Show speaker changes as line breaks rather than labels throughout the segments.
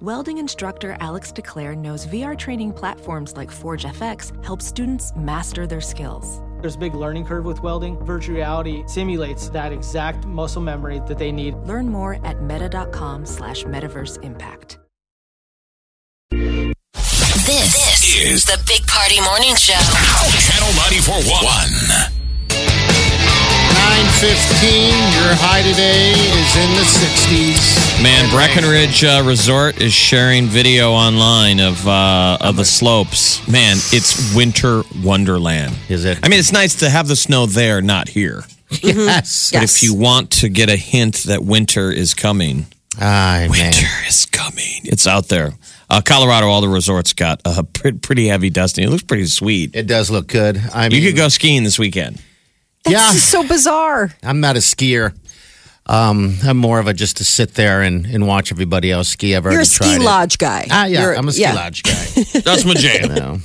Welding instructor Alex DeClaire knows VR training platforms like Forge FX help students master their skills.
There's a big learning curve with welding. Virtual reality simulates that exact muscle memory that they need.
Learn more at meta.com slash metaverse impact.
This, this is the Big Party Morning Show.
Channel 941.
915, your high today is in the 60s.
Man, Breckenridge uh, Resort is sharing video online of uh, of the slopes. Man, it's winter wonderland.
Is it?
I mean, it's nice to have the snow there, not here.
Mm-hmm.
Yes.
But if you want to get a hint that winter is coming,
Ay, man.
winter is coming. It's out there. Uh, Colorado, all the resorts got a pre- pretty heavy dusting. It looks pretty sweet.
It does look good. I mean,
You could go skiing this weekend.
yeah,
This is so bizarre.
I'm not a skier. Um, I'm more of a just to sit there and, and watch everybody else ski. I've already
You're a
tried
ski
it.
lodge guy.
Ah, yeah,
You're-
I'm a ski
yeah,
lodge guy.
That's my jam.
No.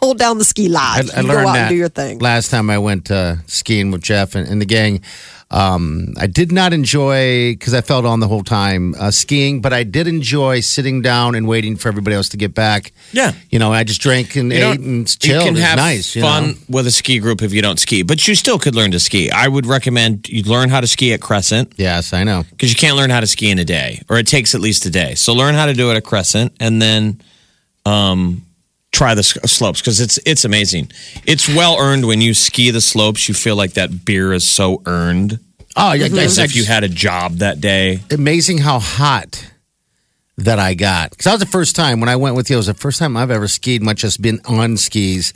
Hold down the ski
I,
lodge.
I
You
learned
go out
that
and do your thing.
last time I went uh, skiing with Jeff and, and the gang. Um, I did not enjoy because I felt on the whole time uh, skiing, but I did enjoy sitting down and waiting for everybody else to get back.
Yeah.
you know, I just drank and
don't-
ate and chilled.
You can
it was
have
nice, you
fun
know?
with a ski group if you don't ski, but you still could learn to ski. I would recommend you learn how to ski at Crescent
Yes, I know.
because you can't learn how to ski in a day, or it takes at least a day. So learn how to do it at Crescent, and then um, try the s- uh, slopes because it's it's amazing. It's well earned when you ski the slopes. You feel like that beer is so earned,
Oh, yeah,
as if you had a job that day.
amazing how hot that I got. Because that was the first time when I went with you. It was the first time I've ever skied, much as been on skis.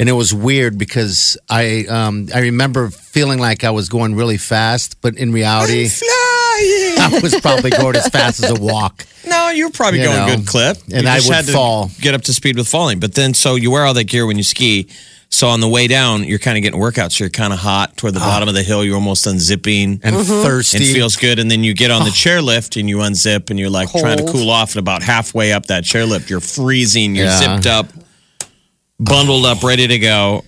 And it was weird because I um, I remember feeling like I was going really fast, but in reality, I was probably going as fast as a walk.
No, you're probably
You
going
know,
good clip.
and
You
I
just
would
had to
fall.
Get up to speed with falling. But then, so you wear all that gear when you ski. So on the way down, you're kind of getting workouts. you're kind of hot toward
Ah.
the bottom of the hill. You're almost unzipping.
And
Mm-hmm.
It
thirsty.
feels good. And then you get on the chairlift and you unzip and you're like trying to
Cold.
cool off. And about halfway up that chairlift, you're freezing. You're
Yeah.
zipped up, bundled up, ready to go.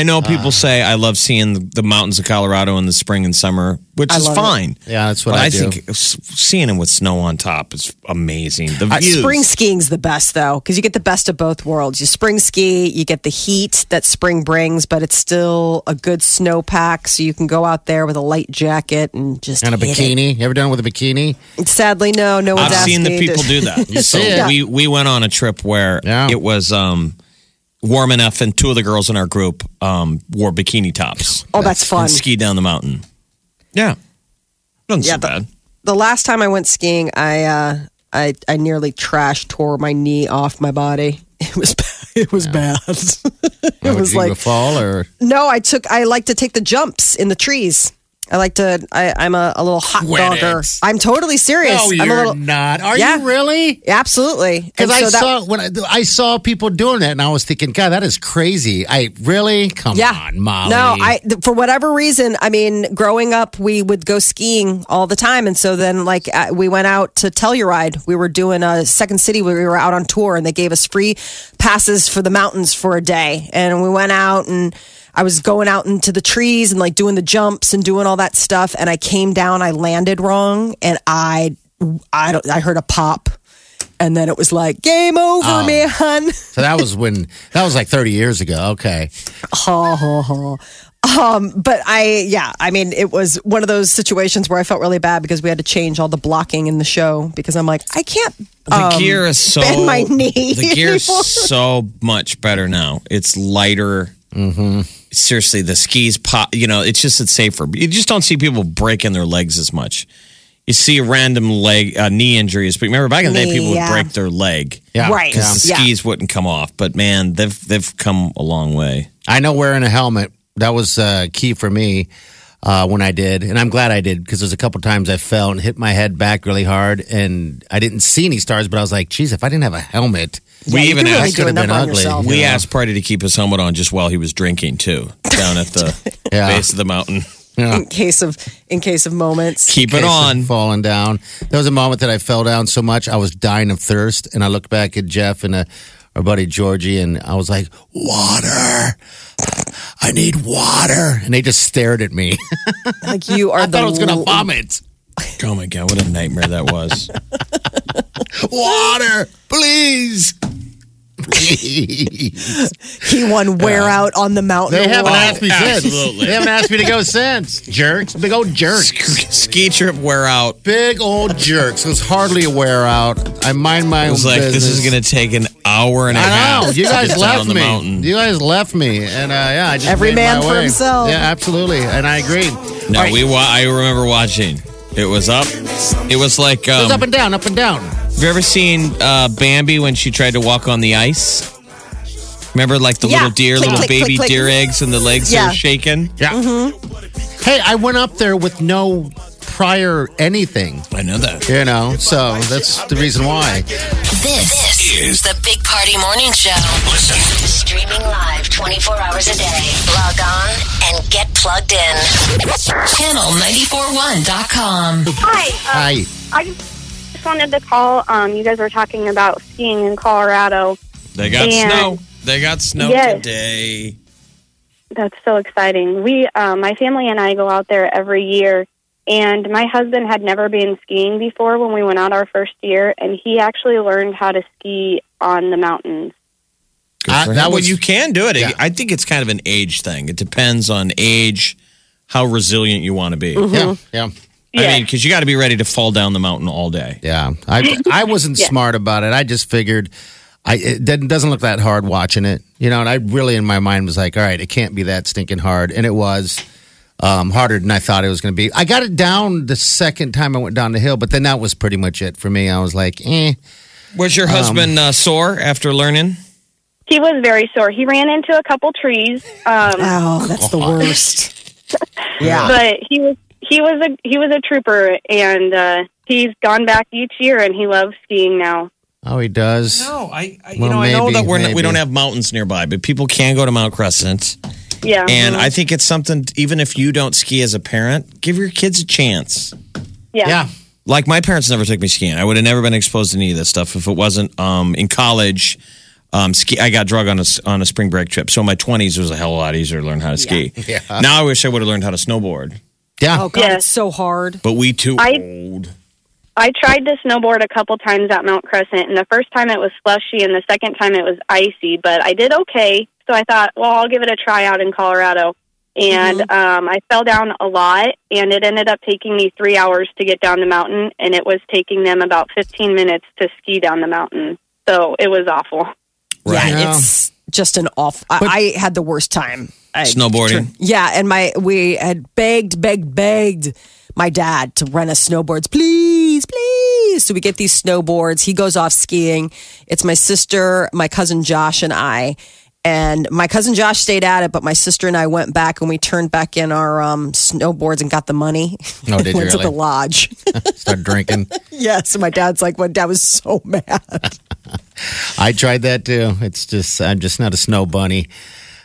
I know people say I love seeing the, the mountains of Colorado in the spring and summer, which is
love it.
fine.
yeah, that's what
But
I,
I,
do.
think s- seeing them with snow on top is amazing. The views.
Spring skiing's the best though, because you get the best of both worlds. You spring ski, you get the heat that spring brings, but it's still a good snowpack, so you can go out there with a light jacket and just
and a
hit
bikini. You ever done it with a bikini?
it. Sadly, no, no one's
I've seen the
asking me to-
people do that. so
see it.
we we went on a trip where
Yeah.
it was um, warm enough, and two of the girls in our group um, wore bikini tops
oh, that's fun.
and skied down the mountain. Yeah, doesn't
Yeah,
so
the-
bad.
the last time I went skiing, I uh, I I nearly trash tore my knee off my body. It was it was bad.
It
was
you
like-
a fall or
No, I took. I like to take the jumps in the trees. I like to. I, I'm a, a little hot
Quit
dogger.
it.
I'm totally serious. I'm a little.
not. Are
Yeah.
you really?
Absolutely.
Because
And
I
so that-
saw when I, I saw people doing that, and I was thinking, God, that is crazy. I really come
Yeah.
on, Molly.
No, I th- for whatever reason, I mean, growing up, we would go skiing all the time, and so then like uh, we went out to Telluride. We were doing a Second City. where We were out on tour, and they gave us free passes for the mountains for a day, and we went out and. I was going out into the trees and like doing the jumps and doing all that stuff and I came down I landed wrong and I I don't I heard a pop and then it was like game over
Oh.
man
So that was when that was like 30 years ago. Okay.
ha ha ha. Um, but I, yeah, I mean, it was one of those situations where I felt really bad because we had to change all the blocking in the show because I'm like, I can't.
The gear is so
um, bend my knee
The gear is
anymore.
so much better now. It's lighter. Mm-hmm. Seriously, the skis pop. You know, it's just it's safer. You just don't see people breaking their legs as much. You see random leg uh, knee injuries, but remember back in the day,
Knee,
people would
yeah.
break their leg.
Yeah.
Right.
Yeah.
because the
Yeah.
Oh, skis wouldn't come off. But man, they've they've come a long way.
I know wearing a helmet that was uh, key for me uh, when I did, and I'm glad I did because there's a couple times I fell and hit my head back really hard, and I didn't see any stars, but I was like, geez, if I didn't have a helmet,
we
you
even
do really
asked
do
could've
enough
been
on
ugly.
yourself.
we asked Party to keep his helmet on just while he was drinking too, down at the
Yeah.
base of the mountain.
in case of in case of moments.
Keep it
case of
on.
falling down. There was a moment that I fell down so much I was dying of thirst, and I looked back at Jeff and uh, our buddy Georgie, and I was like, "Water! I need water!" And they just stared at me.
Like you are
I
the
thought I was going to
l-
vomit.
Oh my god, what a nightmare that was!
Water, please. Please.
He won wear out on the mountain. Oh,
They haven't
award.
asked me since.
Absolutely.
They haven't asked me to go since. Jerks. Big old jerks.
Ski trip wear out.
Big old jerks. It was hardly a wear out. I mind my
It
own
was like,
business.
this is going to take an hour and a
I
half.
know. You
to
guys
get down
left
the
me.
mountain.
You guys left me. And uh, yeah, I just
Every
made
man
my
for
way.
himself.
Yeah, absolutely. And I agree.
No,
All right.
we. Wa- I remember watching. It was up. It was like.
It was
Um,
up and down, up and down.
have you ever seen uh, Bambi when she tried to walk on the ice? Remember, like the
Yeah.
little deer,
Click,
little
click,
baby
click, click.
deer eggs, and the legs
Yeah.
are shaking.
Yeah.
Mm-hmm.
Hey, I went up there with no prior anything,
I know that.
you know, so that's the reason why.
Uh,
This, is the Big Party Morning Show.
Listen.
Streaming live 24 hours a day. Log on and get plugged in. Channel941.com.
Hi. Uh,
Hi.
I just wanted to call. Um, you guys were talking about skiing in Colorado.
They got
And-
snow. They got snow
Yes.
today.
That's so exciting. We, uh, my family and I go out there every year. And my husband had never been skiing before when we went out our first year, and he actually learned how to ski on the mountains.
That
I- that
well,
was
you can do it.
Yeah.
I think it's kind of an age thing. It depends on age, how resilient you want to be.
Yeah, yeah,
I
Yeah.
mean, because you got to be ready to fall down the mountain all day.
yeah. I I wasn't smart about it. I just figured I it doesn't doesn't look that hard watching it, you know. And I really in my mind was like, all right, it can't be that stinking hard, and it was um, harder than I thought it was going to be. I got it down the second time I went down the hill, but then that was pretty much it for me. I was like, eh.
Was your husband uh, sore after learning?
He was very sore. He ran into a couple trees. Um,
Oh, that's the worst. yeah.
but he was he was a he was a trooper and uh he's gone back each year and he loves skiing now
Oh, he does.
No, I, I you
Well,
know I know
maybe,
that we're not,
maybe.
we don't have mountains nearby, but people can go to Mount Crescent,
yeah
and I think it's something. Even if you don't ski as a parent, give your kids a chance.
yeah.
Yeah.
Like my parents never took me skiing. I would have never been exposed to any of this stuff if it wasn't um, in college. Um, ski. I got drug on a s- on a spring break trip, so in my twenties was a hell of a lot easier to learn how to ski.
Yeah.
Now I wish I would have learned how to snowboard,
Yeah.
Oh God,
Yes.
it's so hard.
but we too
I-
old.
i tried to snowboard a couple times at mount crescent and the first time it was slushy and the second time it was icy but i did okay so i thought well i'll give it a try out in colorado and um i fell down a lot and it ended up taking me three hours to get down the mountain and it was taking them about fifteen minutes to ski down the mountain so it was awful
Right.
Yeah, it's just an awful. I, I had the worst time. I-
Snowboarding.
Yeah, and my we had begged, begged, begged my dad to rent us snowboards, please, please. So we get these snowboards. He goes off skiing. It's my sister, my cousin Josh, and I. And my cousin Josh stayed at it, but my sister and I went back and we turned back in our um, snowboards and got the money.
Oh, did you
went to the
really?
lodge.
Start drinking.
yes, and my dad's like, my dad was so mad.
I tried that too. It's just I'm just not a snow bunny,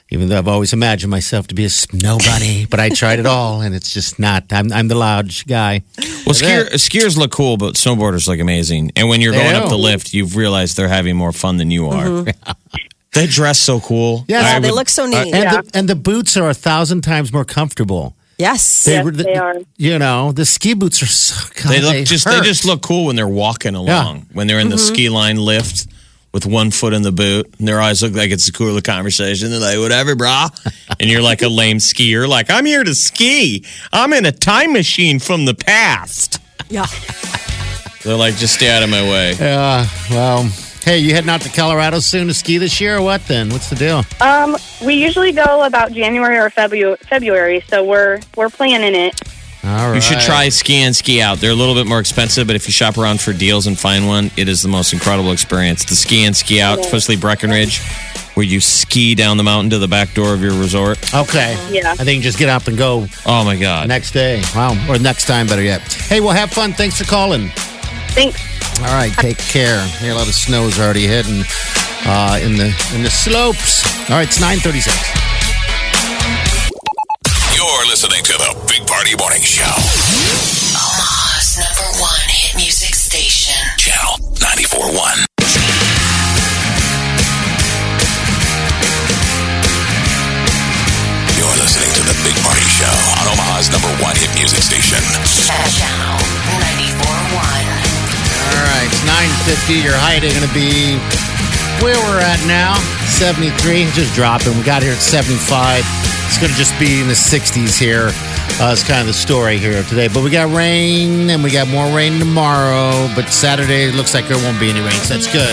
even though I've always imagined myself to be a snow bunny. but I tried it all, and it's just not. I'm I'm the lodge guy.
Well, skier, skiers look cool, but snowboarders look amazing. And when you're
They
going
do.
up the lift, you've realized they're having more fun than you are. they dress so cool.
Yes.
I
Yeah,
they
would-
look so neat.
Uh, And the and the boots are a thousand times more comfortable.
yes.
Yes,
were the-
they are.
You know the ski boots are so. God,
They look just.
hurt. Mm-hmm.
They just look cool when they're walking along. When they're in the ski line lift with one foot in the boot, and their eyes look like it's a cooler conversation. They're like, "Whatever, brah," and you're like a lame skier. Like, I'm here to ski. I'm in a time machine from the past.
Yeah.
They're like, just stay out of my way.
Yeah. Well. Hey, you heading out to Colorado soon to ski this year or what then? What's the deal?
Um, we usually go about January or February, February, so we're we're planning it.
All right.
You should try ski and ski out. They're a little bit more expensive, but if you shop around for deals and find one, it is the most incredible experience. The ski and ski out, especially Breckenridge, where you ski down the mountain to the back door of your resort.
Okay.
Yeah.
I think just get up and go
Oh my God.
next day. Wow. Or next time, better yet. Hey, well, have fun. Thanks for calling.
Thanks.
All right, take care. Hey, a lot of snow is already hitting uh, in the in the slopes. All right, it's nine thirty six.
You're listening to the Big Party Morning Show.
Omaha's number one hit music station.
Channel 941. You're listening to the Big Party Show on Omaha's number one hit music station.
Channel 941.
All right, it's nine 950. Your height is going to be where we're at now, 73. Just dropping. We got here at 75. It's going to just be in the 60s here. Uh, it's kind of the story here today. But we got rain and we got more rain tomorrow. But Saturday, it looks like there won't be any rain. So that's good.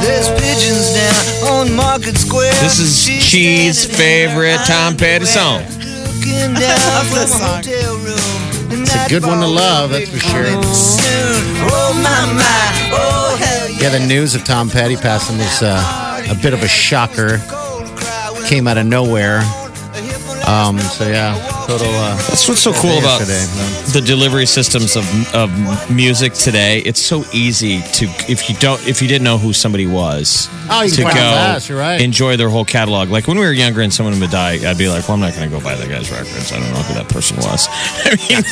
There's pigeons down on Market Square.
This is
She's
Chee's
standing in her
favorite Tom Petty song.
Looking down from a hotel room.
It's a good one to love, that's for sure.
Soon, oh my, my, oh hell yeah.
Yeah, the news of Tom Petty passing was uh, a bit of a shocker. Came out of nowhere. Um, so, yeah, total. Uh,
That's what's so cool about
Yesterday, man.
the delivery systems of of music today. It's so easy to if you don't if you didn't know who somebody was
Oh, you
to
can
go
find out fast, you're right.
enjoy their whole catalog. Like when we were younger and someone would die, I'd be like, "Well, I'm not going to go buy that guy's records. I don't know who that person was." I mean,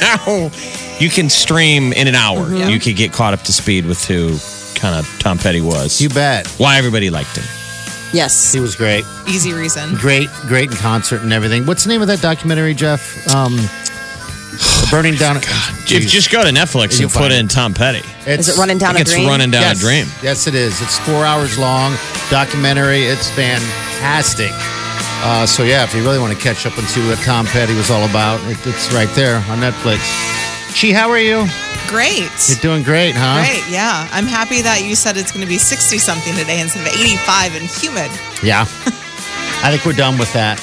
now you can stream in an hour.
Mm-hmm.
You could get caught up to speed with who kind of Tom Petty was.
you bet.
why everybody liked him.
Yes.
He was great.
Easy reason.
Great, great in concert and everything. What's the name of that documentary, Jeff? Um, The Burning Down.
Oh If
Jeez.
just go to Netflix
You'll
and put
find
in Tom Petty.
It's-
Is it running
I
down
think
a
it's
dream?
running down
yes.
a dream.
Yes, it is. It's four hours long documentary. It's fantastic. Uh, so yeah, if you really want to catch up and see what Tom Petty was all about, it, it's right there on Netflix. She, how are you?
Great.
You're doing great, huh?
Great. Yeah. I'm happy that you said it's going to be 60 something today instead of 85 and humid.
Yeah. I think we're done with that.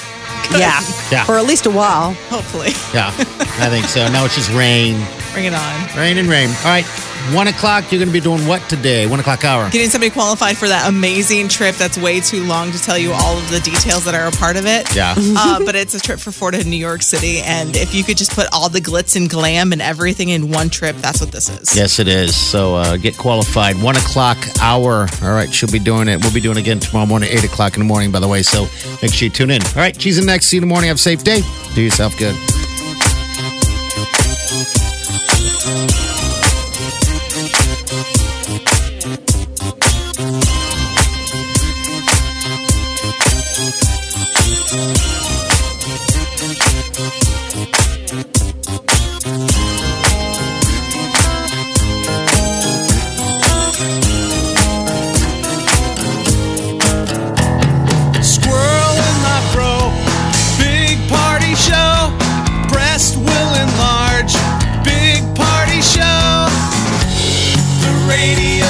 Yeah.
Yeah.
For at least a while.
Hopefully.
Yeah, I think so. Now it's just rain,
Bring it on.
rain and rain. All right, one o'clock. You're going to be doing what today? One o'clock hour.
Getting somebody qualified for that amazing trip that's way too long to tell you all of the details that are a part of it.
Yeah.
Uh, but it's a trip for four to New York City. And if you could just put all the glitz and glam and everything in one trip, that's what this is.
Yes, it is. So uh, get qualified. One o'clock hour. All right, she'll be doing it. We'll be doing it again tomorrow morning, eight o'clock in the morning. By the way, so make sure you tune in. All right, she's in next. See you in the morning. Have a safe day. Do yourself good.
Squirrel in my bro. Big party show. Breast will enlarge. Big party show. The radio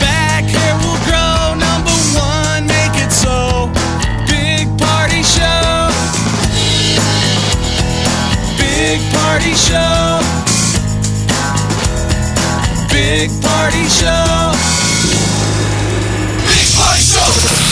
Back hair will grow. Number one, make it so. Big party show. Big party show. Big party show.
Big Party Show.